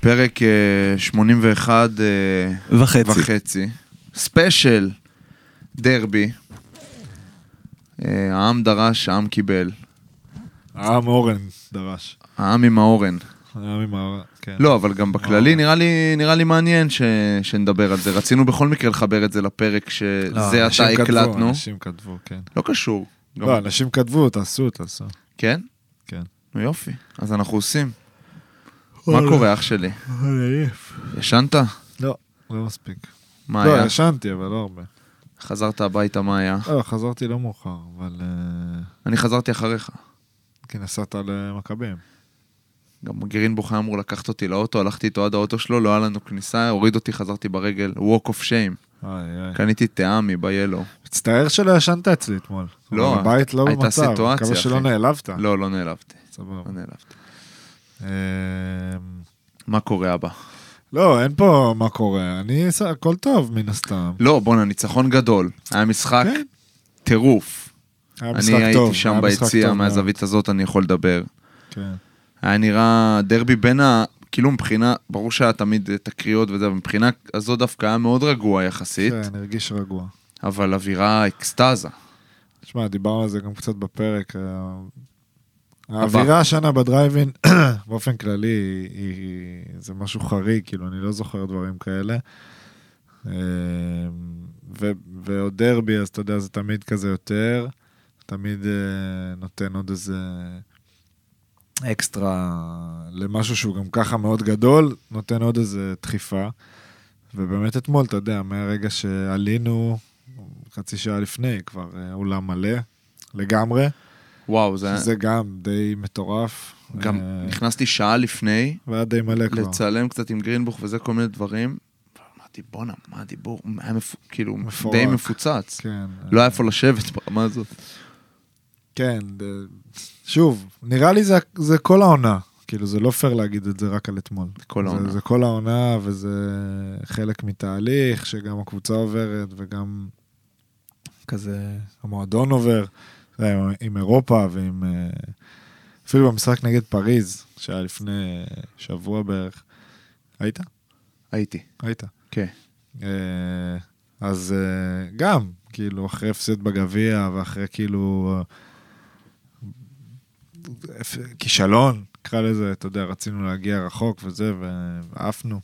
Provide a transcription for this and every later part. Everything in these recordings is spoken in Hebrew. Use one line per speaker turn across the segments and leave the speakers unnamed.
פרק אה, 81 אה,
וחצי.
וחצי. ספיישל דרבי. אה, העם דרש, העם קיבל.
העם אורן אה, דרש.
העם עם האורן.
העם עם האורן, כן.
לא, אבל גם בכללי נראה לי, נראה לי מעניין ש... שנדבר על זה. רצינו בכל מקרה לחבר את זה לפרק שזה עתה
לא, אנשים כתבו,
הקלטנו.
אנשים כתבו, כן.
לא קשור. גם...
לא, אנשים כתבו, תעשו, תעשו.
כן?
כן.
נו יופי, אז אנחנו עושים. מה קורה אח שלי? ישנת?
לא, לא מספיק.
מה היה?
לא, ישנתי, אבל לא הרבה.
חזרת הביתה, מה היה?
לא, חזרתי לא מאוחר, אבל... אה,
אני חזרתי אחריך.
כי נסעת למכבים.
גם גרינבוך היה אמור לקחת אותי לאוטו, הלכתי איתו עד האוטו שלו, לא היה לנו כניסה, הוריד אותי, חזרתי ברגל, walk of shame.
איי, איי.
קניתי טעמי ב-Yellow.
מצטער שלא ישנת אצלי אתמול.
לא,
אבל הבית לא
הייתה
במצב.
סיטואציה,
מקווה שלא
אחי.
נעלבת.
לא, לא נעלבתי,
סבבה.
לא נעלבתי.
אמ,
מה קורה אבא?
לא, אין פה מה קורה. אני... ס- הכל טוב, מן הסתם.
לא, בואנה, ניצחון גדול. היה משחק
כן.
טירוף.
היה משחק
אני הייתי
טוב,
שם
היה משחק
ביציע,
טוב מאוד.
מהזווית הזאת אני יכול לדבר.
כן.
היה נראה דרבי בין ה... כאילו מבחינה, ברור שהיה תמיד את הקריאות וזה, אבל מבחינה הזו דווקא היה מאוד רגוע יחסית,
כן, הרגיש רגוע.
אבל אווירה אקסטזה.
תשמע, דיברנו על זה גם קצת בפרק. אה, האווירה השנה בדרייבין, באופן כללי, היא- היא- זה משהו חריג, כאילו, אני לא זוכר דברים כאלה. אה, ו- ועוד דרבי, אז אתה יודע, זה תמיד כזה יותר, תמיד אה, נותן עוד איזה אקסטרה למשהו שהוא גם ככה מאוד גדול, נותן עוד איזה דחיפה. ובאמת אתמול, אתה יודע, מהרגע שעלינו, חצי שעה לפני, כבר אה, אולם מלא לגמרי,
וואו, זה היה...
שזה גם די מטורף.
אה. גם
אה,
נכנסתי שעה לפני
והיה די מלא כבר.
לצלם קצת עם גרינבוך וזה, כל מיני דברים. אמרתי, בואנה, מה הדיבור? היה מפ... כאילו,
מפורק.
די מפוצץ.
כן.
לא היה איפה לשבת ברמה הזאת.
כן, אה, שוב, נראה לי זה, זה כל העונה. כאילו, זה לא פייר להגיד את זה רק על אתמול.
כל
זה,
העונה.
זה כל העונה, וזה חלק מתהליך שגם הקבוצה עוברת, וגם כזה המועדון עובר, אתה יודע, עם, עם אירופה ועם... אה, אפילו במשחק נגד פריז, שהיה לפני אה, שבוע בערך. היית?
הייתי.
היית.
כן.
אה, אז אה, גם, כאילו, אחרי הפסד בגביע, ואחרי כאילו... אה, אפ- כישלון, נקרא לזה, אתה יודע, רצינו להגיע רחוק וזה, ועפנו.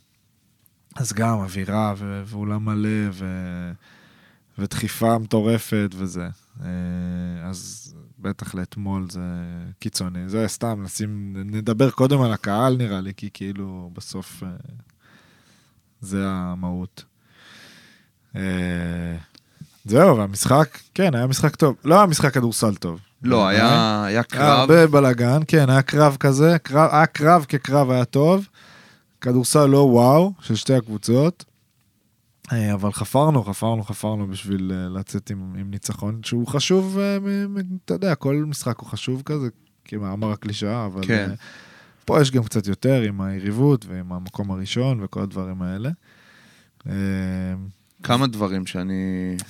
אז גם אווירה ו- ואולם מלא ו- ודחיפה מטורפת וזה. אה, אז בטח לאתמול זה קיצוני. זה סתם, נשים, נדבר קודם על הקהל נראה לי, כי כאילו בסוף אה, זה המהות. אה, זהו, והמשחק, כן, היה משחק טוב. לא היה משחק כדורסל טוב.
לא, היה, היה
היה
קרב.
אה? הרבה בלאגן, כן, היה קרב כזה, קרב, היה קרב כקרב היה טוב, כדורסל לא וואו, של שתי הקבוצות, אה, אבל חפרנו, חפרנו, חפרנו בשביל אה, לצאת עם, עם ניצחון שהוא חשוב, אה, מ- מ- אתה יודע, כל משחק הוא חשוב כזה, כמאמר הקלישאה, אבל
כן.
אה, פה יש גם קצת יותר עם היריבות ועם המקום הראשון וכל הדברים האלה. אה,
כמה דברים שאני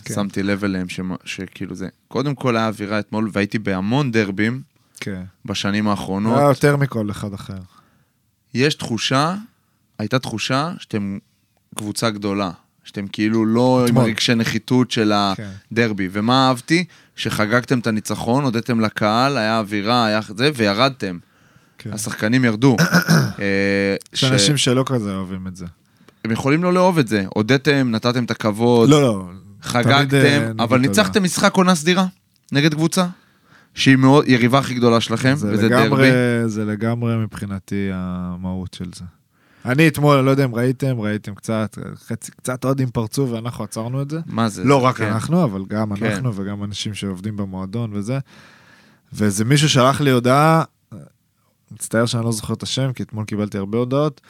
כן.
שמתי לב אליהם, שמה- שכאילו זה... קודם כל היה אווירה אתמול, והייתי בהמון דרבים
כן,
בשנים האחרונות.
היה יותר מכל אחד אחר.
יש תחושה, הייתה תחושה שאתם קבוצה גדולה, שאתם כאילו לא עם
אתמול.
הרגשי נחיתות של
כן.
הדרבי. ומה אהבתי? שחגגתם את הניצחון, הודיתם לקהל, היה אווירה, היה זה, וירדתם.
כן.
השחקנים ירדו. אה,
יש אנשים שלא כזה אוהבים את זה.
שהם יכולים לא לאהוב את זה. הודיתם, נתתם את הכבוד,
לא, לא, תמיד, אה,
חגגתם,
נגיד
אבל
תודה.
ניצחתם משחק עונה סדירה נגד קבוצה, שהיא מאוד, יריבה הכי גדולה שלכם,
זה
כן, וזה
לגמרי,
דרבי.
זה לגמרי מבחינתי המהות של זה. אני אתמול, אני לא יודע אם ראיתם, ראיתם קצת, חצי, קצת אוהדים פרצו ואנחנו עצרנו את זה.
מה זה?
לא רק
כן.
אנחנו, אבל גם
כן.
אנחנו וגם אנשים שעובדים במועדון וזה. ואיזה מישהו שלח לי הודעה, מצטער שאני לא זוכר את השם, כי אתמול קיבלתי הרבה הודעות.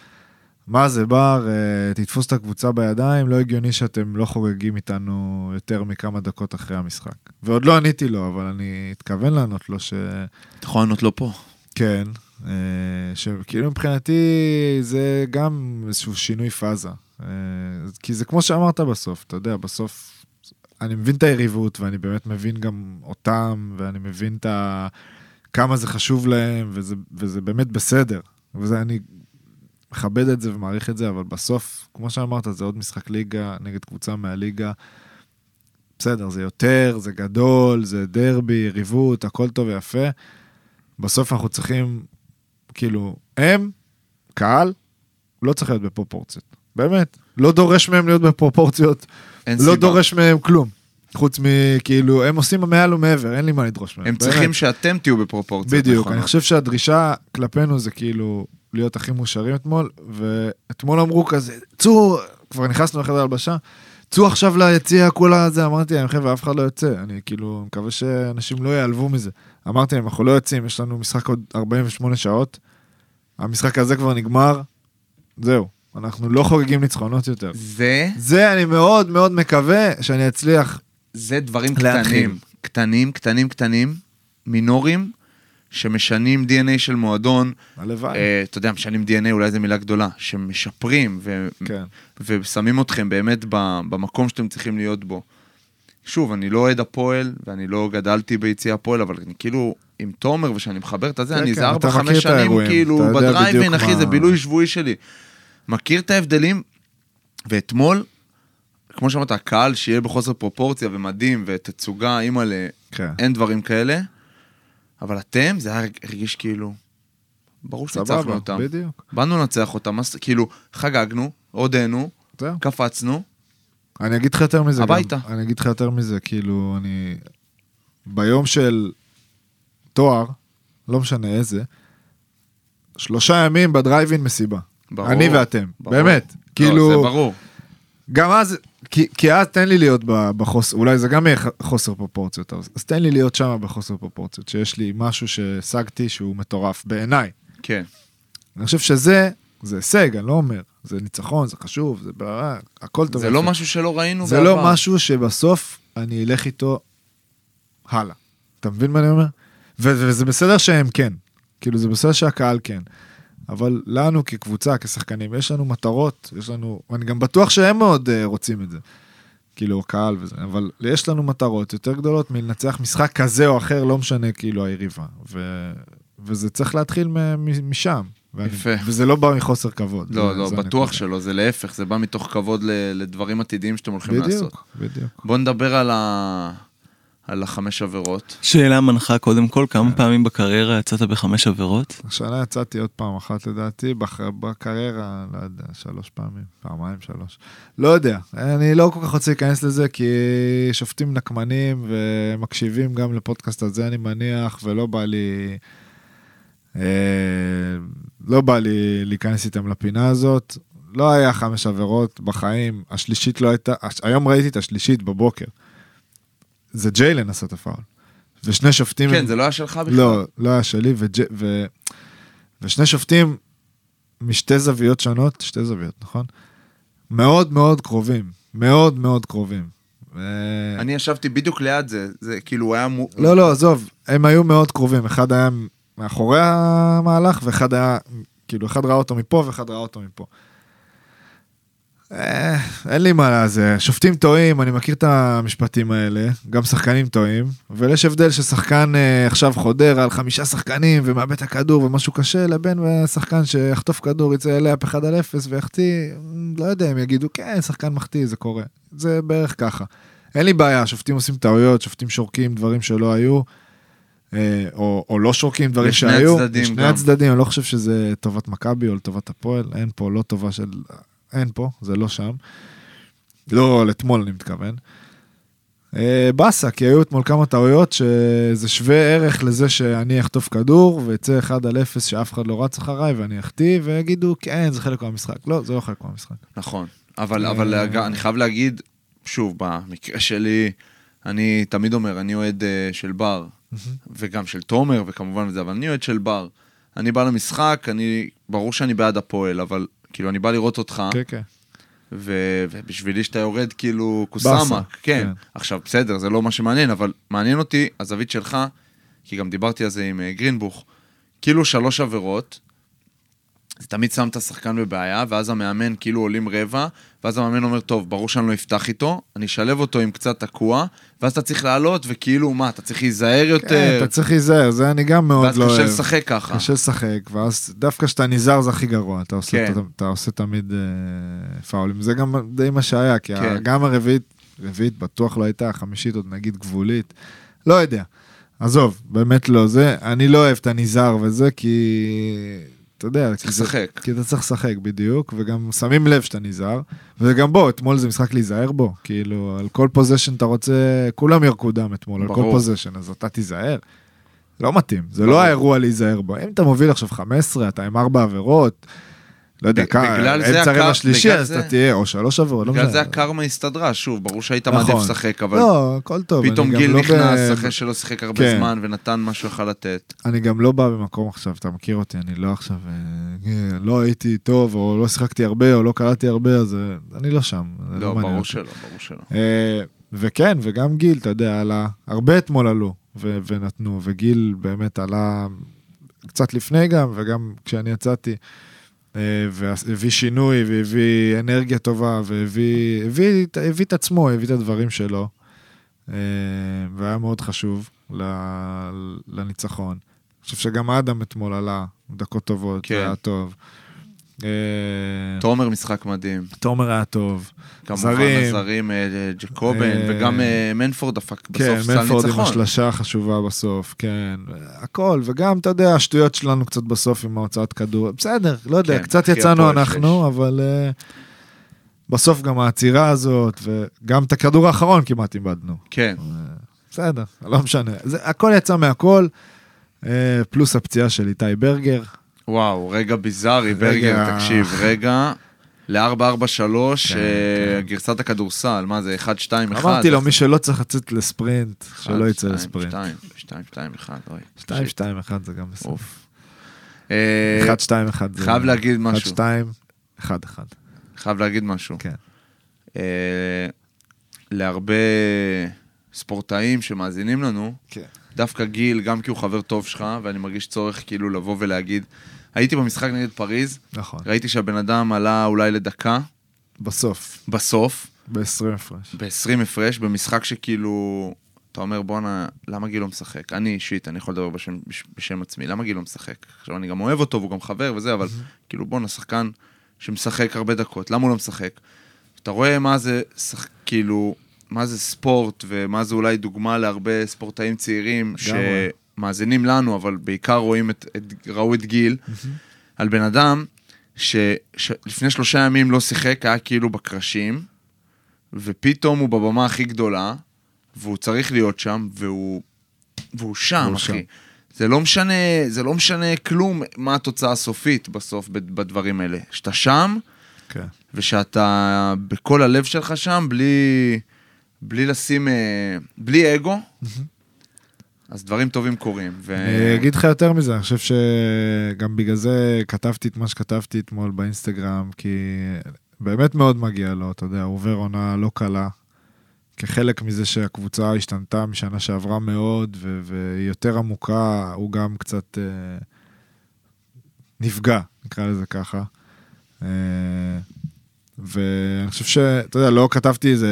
מה זה בר, אה, תתפוס את הקבוצה בידיים, לא הגיוני שאתם לא חוגגים איתנו יותר מכמה דקות אחרי המשחק. ועוד לא עניתי לו, אבל אני אתכוון לענות לו ש...
אתה יכול לענות לו פה.
כן, אה, שכאילו מבחינתי זה גם איזשהו שינוי פאזה. אה, כי זה כמו שאמרת בסוף, אתה יודע, בסוף אני מבין את היריבות ואני באמת מבין גם אותם, ואני מבין את ה... כמה זה חשוב להם, וזה, וזה באמת בסדר. וזה אני מכבד את זה ומעריך את זה, אבל בסוף, כמו שאמרת, זה עוד משחק ליגה נגד קבוצה מהליגה. בסדר, זה יותר, זה גדול, זה דרבי, יריבות, הכל טוב ויפה. בסוף אנחנו צריכים, כאילו, הם, קהל, לא צריך להיות בפרופורציות. באמת, לא דורש מהם להיות בפרופורציות,
אין
לא
סיבה.
דורש מהם כלום. חוץ מכאילו, הם עושים מעל ומעבר, אין לי מה לדרוש מהם.
הם
באמת.
צריכים שאתם תהיו בפרופורציות. נכון?
בדיוק,
נכונות.
אני חושב שהדרישה כלפינו זה כאילו להיות הכי מאושרים אתמול, ואתמול אמרו כזה, צאו, כבר נכנסנו לחדר הלבשה, צאו עכשיו ליציע, כולה זה, אמרתי להם, חבר'ה, אף אחד לא יוצא, אני כאילו מקווה שאנשים לא ייעלבו מזה. אמרתי להם, אנחנו לא יוצאים, יש לנו משחק עוד 48 שעות, המשחק הזה כבר נגמר, זהו, אנחנו לא חוגגים ניצחונות יותר.
זה,
זה, אני מאוד מאוד מקווה שאני אצליח.
זה דברים
להתחיל.
קטנים. קטנים, קטנים, קטנים, מינורים, שמשנים DNA של מועדון.
הלוואי.
אה, אתה יודע, משנים DNA, אולי זו מילה גדולה, שמשפרים ו-
כן.
ושמים אתכם באמת ב- במקום שאתם צריכים להיות בו. שוב, אני לא אוהד הפועל, ואני לא גדלתי ביציע הפועל, אבל אני כאילו, עם תומר ושאני מחבר את הזה,
כן,
אני
כן,
איזה
אתה
ארבע,
מכיר
חמש
את
שנים,
האירועים,
כאילו,
אתה יודע
בדרייבין,
בדיוק
אחי,
מה-
זה בילוי שבועי שלי. מכיר את ההבדלים? ואתמול, כמו שאמרת, הקהל שיהיה בחוסר פרופורציה ומדהים ותצוגה, אימא'לה,
כן.
אין דברים כאלה, אבל אתם, זה היה הרגיש כאילו, ברור שניצחנו
סבבה,
אותם.
בדיוק.
באנו לנצח אותם, אז כאילו, חגגנו, הודינו,
זהו.
קפצנו,
אני אגיד לך יותר מזה.
הביתה.
גם, אני אגיד לך יותר מזה, כאילו, אני... ביום של תואר, לא משנה איזה, שלושה ימים בדרייבין מסיבה.
ברור.
אני ואתם,
ברור.
באמת. כאילו,
לא, זה ברור.
גם אז, כי, כי אז תן לי להיות ב- בחוסר, אולי זה גם יהיה ח- חוסר פרופורציות, אז, אז תן לי להיות שם בחוסר פרופורציות, שיש לי משהו שהשגתי שהוא מטורף בעיניי.
כן,
אני חושב שזה, זה הישג, אני לא אומר, זה ניצחון, זה חשוב, זה בעיה, הכל טוב.
זה לא
יפה.
משהו שלא ראינו
זה לא משהו שבסוף אני אלך איתו הלאה. אתה מבין מה אני אומר? ו- וזה בסדר שהם כן. כאילו, זה בסדר שהקהל כן. אבל לנו כקבוצה, כשחקנים, יש לנו מטרות, יש לנו... אני גם בטוח שהם מאוד uh, רוצים את זה. כאילו, הקהל וזה. אבל יש לנו מטרות יותר גדולות מלנצח משחק כזה או אחר, לא משנה כאילו היריבה. ו... וזה צריך להתחיל מ- מ- משם. ואני-
יפה.
וזה לא בא מחוסר כבוד.
לא,
זה-
לא,
זה
בטוח
הנקודה.
שלא, זה להפך, זה בא מתוך כבוד ל- לדברים עתידיים שאתם הולכים לעשות.
בדיוק, בדיוק.
בוא נדבר על ה... על החמש עבירות.
שאלה מנחה קודם כל,
אה.
כמה פעמים בקריירה יצאת בחמש עבירות?
השנה יצאתי עוד פעם אחת לדעתי, בח... בקריירה, לא יודע, שלוש פעמים, פעמיים, שלוש. לא יודע, אני לא כל כך רוצה להיכנס לזה, כי שופטים נקמנים ומקשיבים גם לפודקאסט הזה, אני מניח, ולא בא לי... אה, לא בא לי להיכנס איתם לפינה הזאת. לא היה חמש עבירות בחיים, השלישית לא הייתה, הש- היום ראיתי את השלישית בבוקר. זה ג'יילן עשה את הפאול. ושני שופטים...
כן, זה לא היה שלך בכלל.
לא, לא היה שלי, וג'... ו... ושני שופטים משתי זוויות שונות, שתי זוויות, נכון? מאוד מאוד קרובים, מאוד מאוד קרובים. אה, ו-
אני ישבתי בדיוק ליד זה, זה כאילו הוא היה... מו-
לא, לא, עזוב, הם היו מאוד קרובים, אחד היה מאחורי המהלך, ואחד היה, כאילו, אחד ראה אותו מפה ואחד ראה אותו מפה. אה, אין לי מה לזה, שופטים טועים, אני מכיר את המשפטים האלה, גם שחקנים טועים, אבל יש הבדל ששחקן אה, עכשיו חודר על חמישה שחקנים ומאבד את הכדור ומשהו קשה, לבין שחקן שיחטוף כדור, יצא אליה אחד על אפס ויחטיא, לא יודע, הם יגידו, כן, שחקן מחטיא, זה קורה. זה בערך ככה. אין לי בעיה, שופטים עושים טעויות, שופטים שורקים דברים שלא היו, אה, או, או לא שורקים דברים
לשני
שהיו.
הצדדים
לשני
גם.
הצדדים, אני לא חושב שזה טובת מכבי או לטובת הפועל, אין פה לא טובה של... אין פה, זה לא שם. לא לאתמול אני מתכוון. אה, באסה, כי היו אתמול כמה טעויות שזה שווה ערך לזה שאני אחטוף כדור ואצא 1 על 0 שאף אחד לא רץ אחריי ואני אחטיא ויגידו כן זה חלק מהמשחק. לא, זה לא חלק מהמשחק.
נכון, אבל,
אה,
אבל אג- אני חייב להגיד, שוב, במקרה שלי, אני תמיד אומר, אני אוהד אה, של בר, וגם של תומר, וכמובן זה, אבל אני אוהד של בר. אני בא למשחק, אני, ברור שאני בעד הפועל, אבל כאילו, אני בא לראות אותך,
כן, כן.
ו- ובשבילי שאתה יורד כאילו קוסאמק, כן.
כן.
עכשיו, בסדר, זה לא מה שמעניין, אבל מעניין אותי הזווית שלך, כי גם דיברתי על זה עם אה, גרינבוך. כאילו שלוש עבירות, זה תמיד שם את השחקן בבעיה, ואז המאמן כאילו עולים רבע, ואז המאמן אומר, טוב, ברור שאני לא אפתח איתו, אני אשלב אותו עם קצת תקוע, ואז אתה צריך לעלות, וכאילו, מה, אתה צריך להיזהר
כן,
יותר,
אתה צריך להיזהר, זה אני גם מאוד
אה, ואז
לא אוהב.
קשה לשחק ככה.
קשה לשחק, ואז דווקא כשאתה נזהר זה הכי גרוע, אתה עושה,
כן.
אתה, אתה עושה תמיד אה, פאולים. זה גם די מה שהיה, כי
כן.
גם הרביעית, רביעית בטוח לא הייתה, החמישית עוד נגיד גבולית, לא יודע. עזוב, באמת לא זה, אני לא אוהב את הנזהר וזה, כי אתה יודע, כי
צריך
זה-
לשחק.
כי אתה צריך לשחק בדיוק, וגם שמים לב שאתה נזהר, וגם בוא, אתמול זה משחק להיזהר בו, כאילו, על כל פוזיישן אתה רוצה, כולם ירקו דם אתמול, על כל
ברור.
פוזיישן, אז אתה תיזהר. לא מתאים, זה
ברור.
לא האירוע להיזהר בו. אם אתה מוביל עכשיו 15, אתה עם 4 עבירות, לא יודע,
ב- בגלל זה
אמצע
הקו-
רבע שלישי,
בגלל
אז
זה-
אתה תהיה, או 3 עבירות, לא
בגלל זה
משנה.
הקרמה הסתדרה, שוב, ברור שהיית
נכון.
מעדיף לשחק, אבל
לא, הכל טוב.
פתאום
אני גם
גיל
לא ב-
נכנס אחרי שלא שיחק הרבה
כן.
זמן ונתן מה שהוא יכול לתת.
אני גם לא בא במקום עכשיו, אתה מכיר אותי, אני לא עכשיו, אה, אה, לא הייתי טוב, או לא שיחקתי הרבה, או לא קלטתי הרבה, אז אה, אני לא שם. זה
לא,
מעניין
ברור
אותי.
שלא, ברור שלא.
אה, וכן, וגם גיל, אתה יודע, עלה, הרבה אתמול עלו ו- ונתנו, וגיל באמת עלה קצת לפני גם, וגם כשאני יצאתי, אה, והביא שינוי, והביא אנרגיה טובה, והביא הביא, את- הביא את עצמו, הביא את הדברים שלו, אה, והיה מאוד חשוב ל- לניצחון. אני חושב שגם אדם אתמול עלה, דקות טובות,
כן.
היה טוב. אה,
תומר משחק מדהים.
תומר היה טוב.
כמובן
זרים.
הזרים, אה, אה, ג'קובן,
אה,
וגם אה, מנפורד דפק
כן,
בסוף סל
מנפורד עם
ניצחון.
השלשה החשובה בסוף, כן, הכל, וגם, אתה יודע, השטויות שלנו קצת בסוף עם ההוצאת כדור, בסדר, לא יודע,
כן,
קצת
אחי,
יצאנו
הפועל
אנחנו, אבל אה, בסוף גם העצירה הזאת, וגם את הכדור האחרון כמעט איבדנו,
כן,
בסדר, לא משנה, זה, הכל יצא מהכל, אה, פלוס הפציעה של איתי ברגר,
וואו, רגע ביזארי,
רגע.
ברגר, תקשיב, רגע. ל-443,
כן,
אה, גרסת הכדורסל, מה זה, 1, 2, 1?
אמרתי לו, מי שלא צריך לצאת לספרינט, שלא יצא לספרינט,
2, 2, 2, 1, אוי.
2, 2, 1 זה גם בסדר,
אוף. אה,
1, 2, 1 זה,
חייב להגיד
1,
משהו,
2, 1, 1,
חייב להגיד משהו.
כן.
אה, להרבה ספורטאים שמאזינים לנו,
כן.
דווקא גיל, גם כי הוא חבר טוב שלך, ואני מרגיש צורך כאילו לבוא ולהגיד, הייתי במשחק נגד פריז,
נכון,
ראיתי שהבן אדם עלה אולי לדקה,
בסוף.
בסוף,
ב-20 הפרש.
ב-20 הפרש, במשחק שכאילו, אתה אומר, בואנה, למה גיל לא משחק? אני אישית, אני יכול לדבר בשם, בש- בשם עצמי, למה גיל לא משחק? עכשיו, אני גם אוהב אותו, והוא גם חבר וזה, אבל כאילו, בואנה, שחקן שמשחק הרבה דקות, למה הוא לא משחק? אתה רואה מה זה, שח... כאילו, מה זה ספורט, ומה זה אולי דוגמה להרבה ספורטאים צעירים,
לגמרי.
שמאזינים לנו, אבל בעיקר רואים את, את, ראו את גיל, על בן אדם שלפני שלושה ימים לא שיחק, היה כאילו בקרשים, ופתאום הוא בבמה הכי גדולה, והוא צריך להיות שם, והוא, והוא שם,
והוא
אחי.
שם.
זה לא משנה, זה לא משנה כלום מה התוצאה הסופית בסוף בד- בדברים האלה. שאתה שם,
כן.
ושאתה בכל הלב שלך שם, בלי, בלי לשים, אה, בלי אגו, אז דברים טובים קורים. ו...
אני אגיד לך יותר מזה, אני חושב שגם בגלל זה כתבתי את מה שכתבתי אתמול באינסטגרם, כי באמת מאוד מגיע לו, אתה יודע, הוא עובר עונה לא קלה. כחלק מזה שהקבוצה השתנתה משנה שעברה מאוד, ו- והיא יותר עמוקה, הוא גם קצת אה, נפגע, נקרא לזה ככה. אה, ואני חושב ש... אתה יודע, לא כתבתי איזה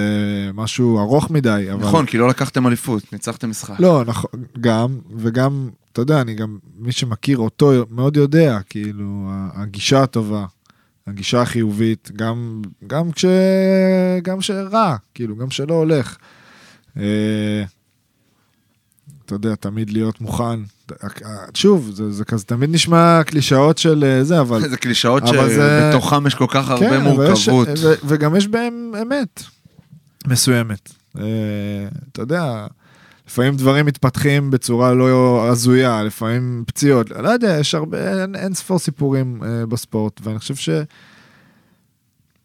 משהו ארוך מדי, אבל...
נכון, כי לא לקחתם אליפות, ניצחתם משחק.
לא, נכון, גם, וגם, אתה יודע, אני גם, מי שמכיר אותו מאוד יודע, כאילו, ה- הגישה הטובה, הגישה החיובית, גם, גם כש... גם כשרע, כאילו, גם כשלא הולך. אה, אתה יודע, תמיד להיות מוכן. אה, שוב, זה, זה כזה תמיד נשמע קלישאות של אה, זה, אבל...
זה קלישאות
אבל זה-
שבתוכם יש כל כך הרבה
כן, אבל יש-
מורכבות.
ו- וגם יש בהם אמת מסוימת. אה, אתה יודע, לפעמים דברים מתפתחים בצורה לא הזויה, לפעמים פציעות, לא יודע, יש הרבה, אין, אין ספור סיפורים אה, בספורט, ואני חושב ש...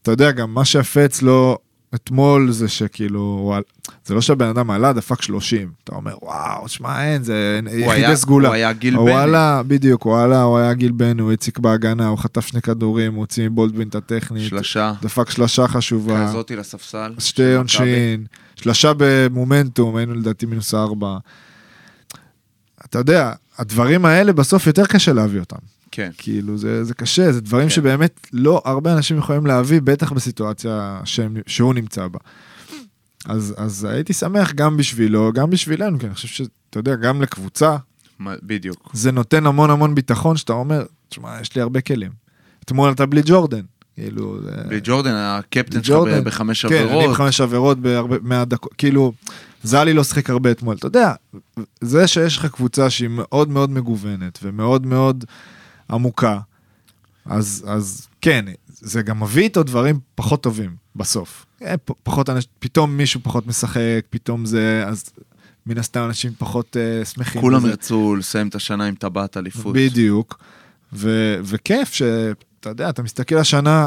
אתה יודע, גם מה שיפה אצלו אתמול זה שכאילו, הוא על- זה לא שהבן אדם עלה, דפק 30. אתה אומר, וואו, שמע, אין, זה
הוא
יחידי
היה-
סגולה.
הוא היה גיל
הוא
בנט.
עלה, בדיוק, הוא עלה, הוא היה גיל בן, הוא הציק בהגנה, הוא חטף שני כדורים, הוא הוציא מבולדווין את הטכנית,
שלשה.
דפק שלשה חשובה,
כזאתי לספסל.
שתי עונשין, שלשה במומנטום, היינו לדעתי מינוס ארבע. אתה יודע, הדברים האלה בסוף יותר קשה להביא אותם.
כן.
כאילו, זה, זה קשה, זה דברים
כן.
שבאמת לא הרבה אנשים יכולים להביא, בטח בסיטואציה שהם, שהוא נמצא בה. אז, אז הייתי שמח גם בשבילו, גם בשבילנו, כי אני חושב שאתה יודע, גם לקבוצה,
מה- בדיוק.
זה נותן המון המון ביטחון, שאתה אומר, תשמע, יש לי הרבה כלים. אתמול אתה בלי ג'ורדן, כאילו, זה...
בלי ג'ורדן, הקפטן שלך
ג'ורדן.
ב- בחמש
כן, אני עם
עבירות.
חמש עבירות בהרבה, מהדקות, כאילו, זלי לא שיחק הרבה אתמול, אתה יודע, זה שיש לך קבוצה שהיא מאוד מאוד מגוונת ומאוד מאוד עמוקה, אז, אז כן, זה גם מביא איתו דברים פחות טובים בסוף. אה, פ- פחות אנשים, פתאום מישהו פחות משחק, פתאום זה, אז מן הסתם אנשים פחות אה, שמחים.
כולם
בזה.
ירצו לסיים את השנה עם טבעת אליפות.
בדיוק. ו- וכיף שאתה יודע, אתה מסתכל השנה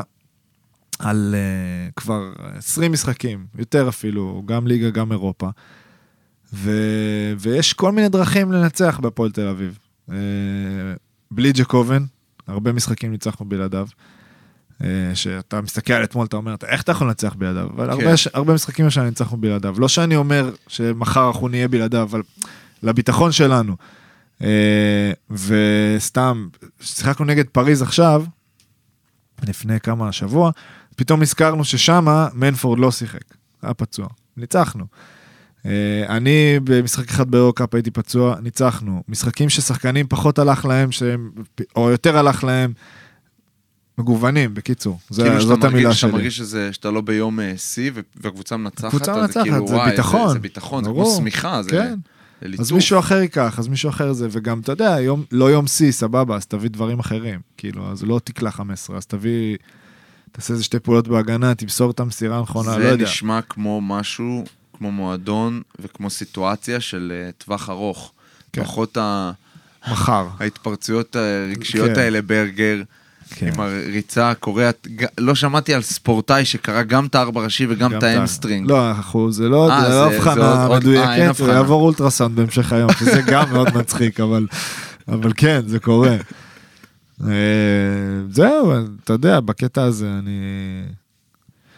על uh, כבר 20 משחקים, יותר אפילו, גם ליגה, גם אירופה, ו- ויש כל מיני דרכים לנצח בהפועל תל אביב. Uh, בלי ג'קובן, הרבה משחקים ניצחנו בלעדיו. אה, שאתה מסתכל על אתמול, אתה אומר, "אתה- איך אתה יכול לנצח בלעדיו? אבל
כן.
הרבה, ש- הרבה משחקים השנה ניצחנו בלעדיו. לא שאני אומר שמחר אנחנו נהיה בלעדיו, אבל לביטחון שלנו. אה, וסתם, שיחקנו נגד פריז עכשיו, לפני כמה שבוע, פתאום נזכרנו ששמה מנפורד לא שיחק, היה פצוע, ניצחנו. אה, אני במשחק אחד באירו-קאפ הייתי פצוע, ניצחנו. משחקים ששחקנים פחות הלך להם, שהם, או יותר הלך להם, מגוונים, בקיצור. זה,
כאילו שאתה
זאת
מרגיש,
המילה
שאתה
שלי.
מרגיש שזה, שאתה לא ביום אה, שיא ו- והקבוצה מנצחת,
הקבוצה
אז
מנצחת,
כאילו,
זה
וואי,
ביטחון.
זה, זה ביטחון, זה כמו
ברור.
שמיכה, זה
כן.
זה
אז
ליטוף.
מישהו אחר ייקח, אז מישהו אחר זה, וגם, אתה יודע, יום, לא יום שיא, סבבה, אז תביא דברים אחרים. כאילו, אז לא תקלע 15, אז תביא, תעשה איזה שתי פעולות בהגנה, תמסור את המסירה הנכונה, לא
זה
יודע.
נשמע כמו משהו, כמו מועדון וכמו סיטואציה של אה, טווח ארוך.
כן.
פחות ה-
מחר.
ההתפרצויות אה, הרגשיות
כן.
האלה ברגר, עם הריצה הקוריאט, ג- לא שמעתי על ספורטאי שקרא גם את הארבע ראשי וגם את האמסטרינג.
לא, אנחנו, זה לא
אה,
זה
זה-
לא
זה עוד-
הבחנה
עוד- אה, אין
מדויקת, זה
הבחנה.
יעבור אולטרסאונד בהמשך היום, שזה גם מאוד מצחיק, אבל אבל כן, זה קורה. אה, זהו, אתה יודע, בקטע הזה אני...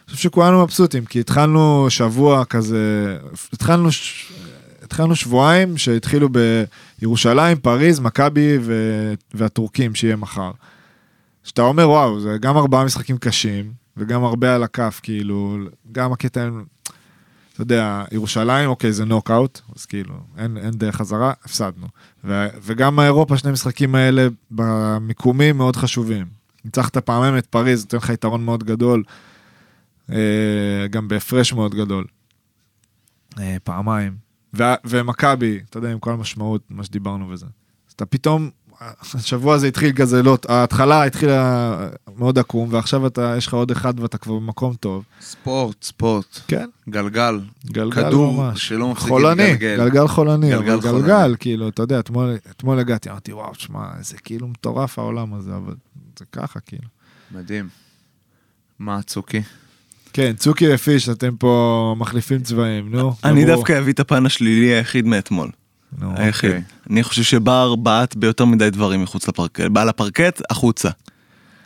אני חושב שכולנו מבסוטים, כי התחלנו שבוע כזה, התחלנו, ש... התחלנו שבועיים שהתחילו בירושלים, פריז, מכבי ו... והטורקים, שיהיה מחר. שאתה אומר, וואו, זה גם ארבעה משחקים קשים, וגם הרבה על הכף, כאילו, גם הקטע, עם- אתה יודע, ירושלים, אוקיי, זה נוקאוט, אז כאילו, אין, אין דרך חזרה, הפסדנו. ו- וגם האירופה, שני המשחקים האלה במיקומים מאוד חשובים. ניצחת פעמיים את פריז, נותן לך יתרון מאוד גדול, אה, גם בהפרש מאוד גדול. אה, פעמיים. וה- ומכבי, אתה יודע, עם כל המשמעות, מה שדיברנו וזה. אז אתה פתאום, השבוע הזה התחיל גזלות, ההתחלה התחילה מאוד עקום, ועכשיו אתה, יש לך עוד אחד ואתה כבר במקום טוב.
ספורט, ספורט,
כן,
גלגל,
גלגל
כדור
ממש.
שלא מפסיק
חולני,
להתגלגל.
גלגל חולני,
גלגל
אבל גלגל,
חולני.
כאילו, אתה יודע, אתמול- אתמול הגעתי, אמרתי, וואו, שמע, זה כאילו מטורף העולם הזה, אבל זה ככה, כאילו.
מדהים. מה, צוקי?
כן, צוקי ופיש, אתם פה מחליפים צבעים, נו.
אני
דברו.
דווקא אביא את הפן השלילי היחיד מאתמול.
נו,
היחיד.
אוקיי.
אני חושב שבר בעט ביותר מדי דברים מחוץ לפרקט, בעל הפרקט, החוצה.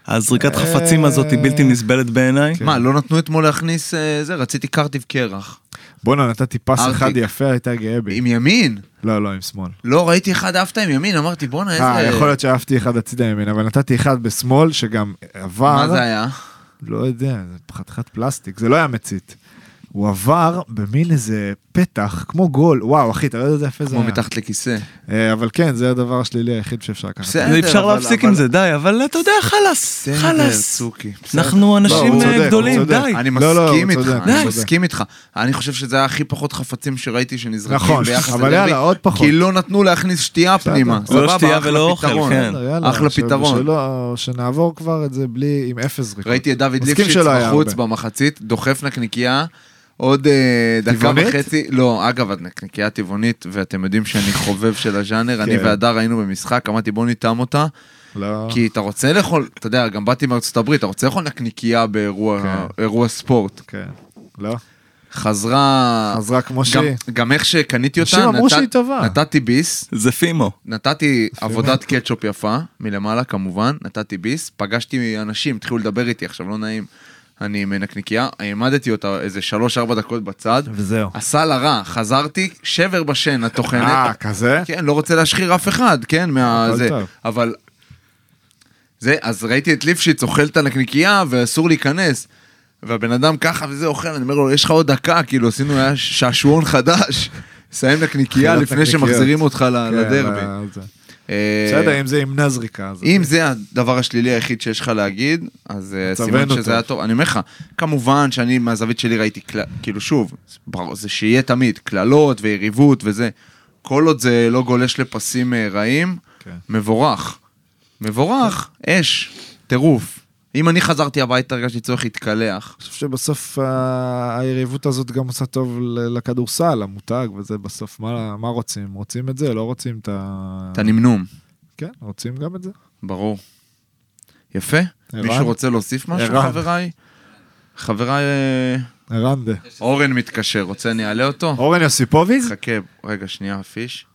הזריקת
אה.
חפצים הזאת היא בלתי נסבלת בעיניי.
כן.
מה, לא נתנו אתמול להכניס אה, זה? רציתי קרטיב קרח.
בואנה, נתתי פס
ארטיק.
אחד יפה, הייתה גאה בי.
עם ימין.
לא, לא, עם שמאל.
לא, ראיתי אחד עפת עם ימין, אמרתי בואנה איזה...
אה, יכול להיות שאהבתי אחד הצידה ימין, אבל נתתי אחד בשמאל, שגם עבר...
מה זה היה?
לא יודע, זה חתיכת פלסטיק, זה לא היה מצית. הוא עבר במין איזה פתח, כמו גול, וואו, אחי, אתה לא יודע איזה יפה זה
כמו
היה.
מתחת לכיסא.
אה, אבל כן, זה הדבר השלילי היחיד שאפשר לקחת.
בסדר.
זה אפשר
אבל-
להפסיק
אבל-
עם זה, די, אבל אתה יודע, חלאס,
בסדר,
חלאס.
צוקי, בסדר.
אנחנו אנשים
הוא צודק,
אה,
הוא
גדולים,
צודק.
די.
אני
נכון. לא, לא,
מסכים
הוא
איתך,
צודק,
אני
הוא צודק.
מסכים איתך. אני חושב שזה היה הכי פחות חפצים שראיתי שנזרקים
נכון,
ביחס
אבל יאללה, עוד פחות.
כי לא נתנו להכניס שתייה
בסדר.
פנימה.
לא
סבבה,
שתייה
אחלה
ולא אוכל,
פתרון.
כן.
יאללה, יאללה,
אחלה
עכשיו,
פתרון.
שלא- שנעבור כבר את זה בלי, עם אפס זריקות.
ראיתי את דוד
מסכים
ליפשיץ
שלא היה
בחוץ
הרבה.
במחצית, דוחף נקניקייה. עוד אה, דקה
טבעונית?
וחצי, לא, אגב, הנקניקייה טבעונית, ואתם יודעים שאני חובב של הז'אנר, אני
כן.
והדר היינו במשחק, אמרתי בוא נטעם אותה,
לא.
כי אתה רוצה לאכול, אתה יודע, גם באתי מארצות הברית, אתה רוצה לאכול נקניקייה באירוע
כן.
אירוע ספורט.
כן. לא.
חזרה...
חזרה כמו
גם-
שהיא.
גם איך שקניתי אותה,
אנשים אמרו
נתת-
שהיא טובה.
נתתי ביס,
זה פימו.
נתתי עבודת קטשופ יפה, מלמעלה כמובן, נתתי ביס, פגשתי אנשים, התחילו לדבר איתי, עכשיו לא נעים, אני עם נקניקייה, העמדתי אותה איזה 3-4 דקות בצד,
וזהו.
עשה לה רע, חזרתי, שבר בשן הטוחנת,
אה, כזה?
כן, לא רוצה להשחיר אף אחד, כן, מה...
הכל
זה,
טוב.
אבל זה, אז ראיתי את ליפשיץ אוכל את הנקניקייה ואסור להיכנס. והבן אדם ככה וזה אוכל, אני אומר לו, יש לך עוד דקה, כאילו עשינו היה שעשועון חדש, סיים נקניקייה
אכילת
לפני
נקניקיות.
שמחזירים אותך ל-
כן,
לדרבי.
אה, זה.
אה,
בסדר, אם זה ימנע זריקה. אז-
אם זה הדבר השלילי היחיד שיש לך להגיד, אז אה,
מצבנו
סימן
טוב.
שזה היה טוב. אני אומר לך, כמובן שאני מהזווית שלי ראיתי, קל- כאילו שוב, ברור, זה שיהיה תמיד קללות ויריבות וזה. כל עוד זה לא גולש לפסים אה, רעים,
כן.
מבורך. מבורך, אש, טירוף. אם אני חזרתי הביתה, הרגשתי צורך להתקלח.
אני חושב שבסוף ה- היריבות הזאת גם עושה טוב ל- לכדורסל, למותג, וזה בסוף, מה, מה רוצים? רוצים את זה, לא רוצים את ה...
אתה נמנום,
כן, רוצים גם את זה.
ברור. יפה.
ערן?
מישהו רוצה להוסיף משהו,
ערן.
חבריי? חבריי, אה,
רנדה.
אורן מתקשר, רוצה אני אעלה אותו?
אורן יוסיפוביץ?
חכה, רגע, שנייה, פיש.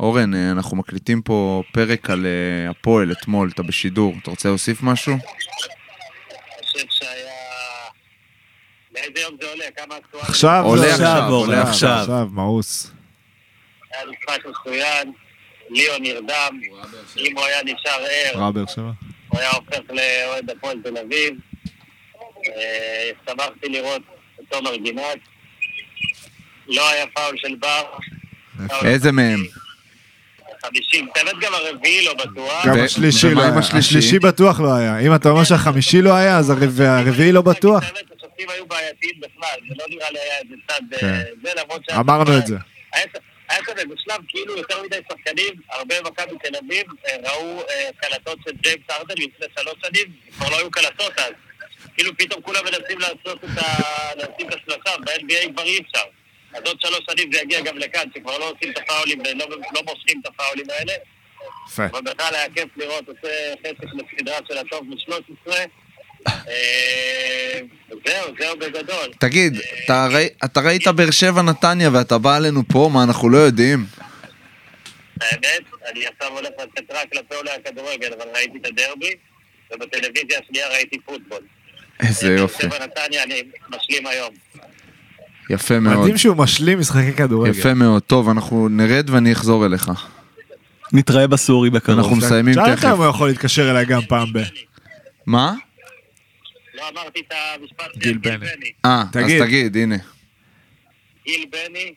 אורן, אה, אנחנו מקליטים פה פרק על אה, הפועל אתמול, אתה בשידור. אתה רוצה להוסיף משהו?
חושב שהיה... לאיזה יום זה עולה? כמה אקטואליה?
עכשיו,
עולה
זה-
עכשיו, עולה
עכשיו.
עכשיו, מאוס.
היה משחק מצוין, ליאו נרדם, אם הוא היה נשאר ער,
רע באר שבע.
הוא היה הופך לאוהד הפועל תל אביב. אה, שמחתי לראות את תומר גינת. לא היה פאול של בר. פאול
איזה מהם?
חמישים, באמת גם הרביעי לא בטוח.
גם
ו-
השלישי
ומה
לא
עם
היה.
השלישי?
השלישי בטוח לא היה. אם אתה אומר שהחמישי לא היה, אז הרב- הרביעי לא בטוח.
באמת, השופטים היו בעייתיים בכלל, זה לא נראה לי היה איזה צד...
כן.
אה, זה למרות שה-
אמרנו את זה.
היה היה כזה בשלב כאילו יותר מדי שחקנים, הרבה מכבי תל אביב אה, ראו אה, קלטות של ג'יימס ארדן לפני שלוש שנים, כבר לא היו קלטות אז. כאילו פתאום כולם מנסים לעשות את ה... לשים את השלושה, ב-NBA כבר אי אפשר. אז עוד שלוש שנים זה יגיע גם לכאן, שכבר לא עושים את הפאולים ולא לא מושכים את הפאולים האלה.
יפה.
אבל בכלל היה כיף לראות את זה חצי של הסדרה של הטוב מ-13. אה, זהו, זהו בגדול.
תגיד, אתה ראי- אתה ראית באר שבע נתניה ואתה בא אלינו פה, מה, אנחנו לא יודעים?
האמת, אני עכשיו הולך לצאת רק כלפי עולי הכדורגל, אבל ראיתי את הדרבי, ובטלוויזיה השנייה ראיתי פוטבול.
איזה יופי.
באר שבע נתניה אני משלים היום.
יפה מאוד.
מדהים שהוא משלים משחקי כדורגל.
יפה מאוד. טוב, אנחנו נרד ואני אחזור אליך.
נתראה בסורי
אנחנו
בקרוב.
מסיימים
שאלת
תכף.
אם הוא יכול להתקשר אליי גם פעם ב...
מה?
לא אמרתי את המשפט של
גיל בני.
אה, אז
תגיד.
תגיד, הנה.
גיל בני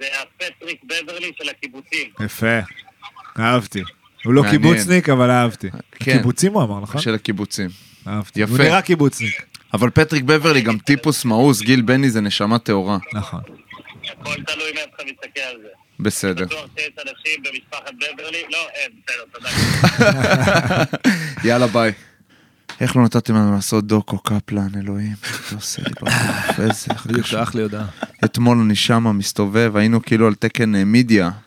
זה הפטריק בברלי של הקיבוצים.
יפה. אהבתי. הוא לא
מעניין.
קיבוצניק, אבל אהבתי.
כן.
קיבוצים הוא אמר, נכון?
של הקיבוצים.
אהבתי.
יפה.
הוא נראה קיבוצניק.
אבל פטריק בברלי גם טיפוס מאוס, גיל בני זה נשמה טהורה.
נכון.
הכל תלוי מאיפה אתה מסתכל על זה.
בסדר.
בטוח שיש אנשים במשפחת בברלי? לא, אין, בסדר, תודה.
יאללה ביי. איך לא נתתם לנו לעשות דוקו קפלן, אלוהים? זה עושה לי בטוח, איזה
בדיוק
הרגשה.
שלח לי הודעה.
אתמול אני שמה מסתובב, היינו כאילו על תקן אה, מידיה. אני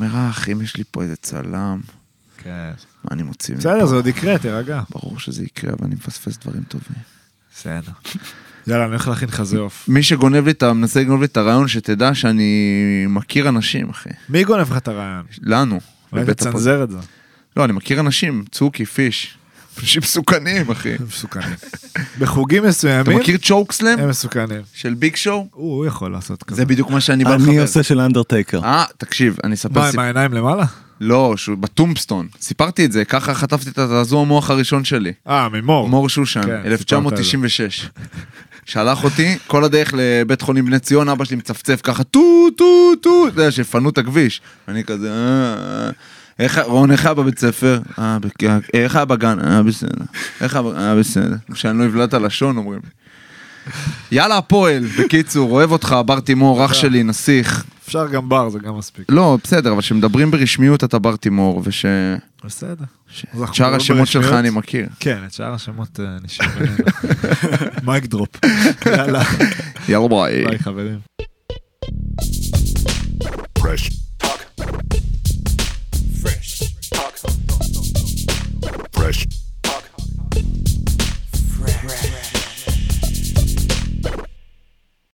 אומר, אה, אחי, אם יש לי פה איזה צלם,
כן.
מה אני מוציא מפה?
בסדר, זה עוד יקרה, תירגע.
ברור שזה יקרה, אבל אני מפספס דברים טובים.
בסדר. יאללה, אני הולך להכין לך זה עוף.
מי שגונב לי את ה... מנסה לגנוב לי את הרעיון, שתדע שאני מכיר אנשים, אחי.
מי גונב לך את הרעיון?
לנו.
אולי
בבית הפוד-
תצנזר את זה.
לא, אני מכיר אנשים, צוקי, פיש. אנשים מסוכנים, אחי.
הם מסוכנים. בחוגים
אתה
מסוימים
מכיר צ'וקסלאם
הם מסוכנים.
של ביג שואו?
הוא הוא יכול לעשות כזה.
זה בדיוק מה שאני בא
אני
לחבר.
עושה של אנדרטייקר.
אה, תקשיב, אני
מה,
אספר
עם
סיפור.
העיניים למעלה?
לא, שהוא בטומבסטון. סיפרתי את זה, ככה חטפתי את הזעזוע המוח הראשון שלי.
אה, ממור.
מור שושן,
כן,
1996. שלח אותי כל הדרך לבית חולים בני ציון, אבא שלי מצפצף ככה טו טו טו, אתה יודע, שיפנו את הכביש. אני כזה, "אה, אה, איך, רון, איך היה בבית ספר? "אה, בק- אה, איך היה בגן? אה, בסדר. איך היה ב- אה, בסדר. כשאני לא אבלע את הלשון, אומרים לי. יאללה, הפועל. בקיצור, אוהב אותך, בר תימור, אח שלי, נסיך.
אפשר גם בר, זה גם מספיק.
לא, בסדר, אבל כשמדברים ברשמיות אתה בר תימור, וש...
בסדר.
ש-
אז אנחנו
שאר
מדברים
השמות שלך
לא ברשמיות?
אני מכיר.
כן, את שאר השמות אה, נשאר בינינו. מייק דרופ. יאללה,
אוקיי. יאללה ביי.
ביי חברים.
Fresh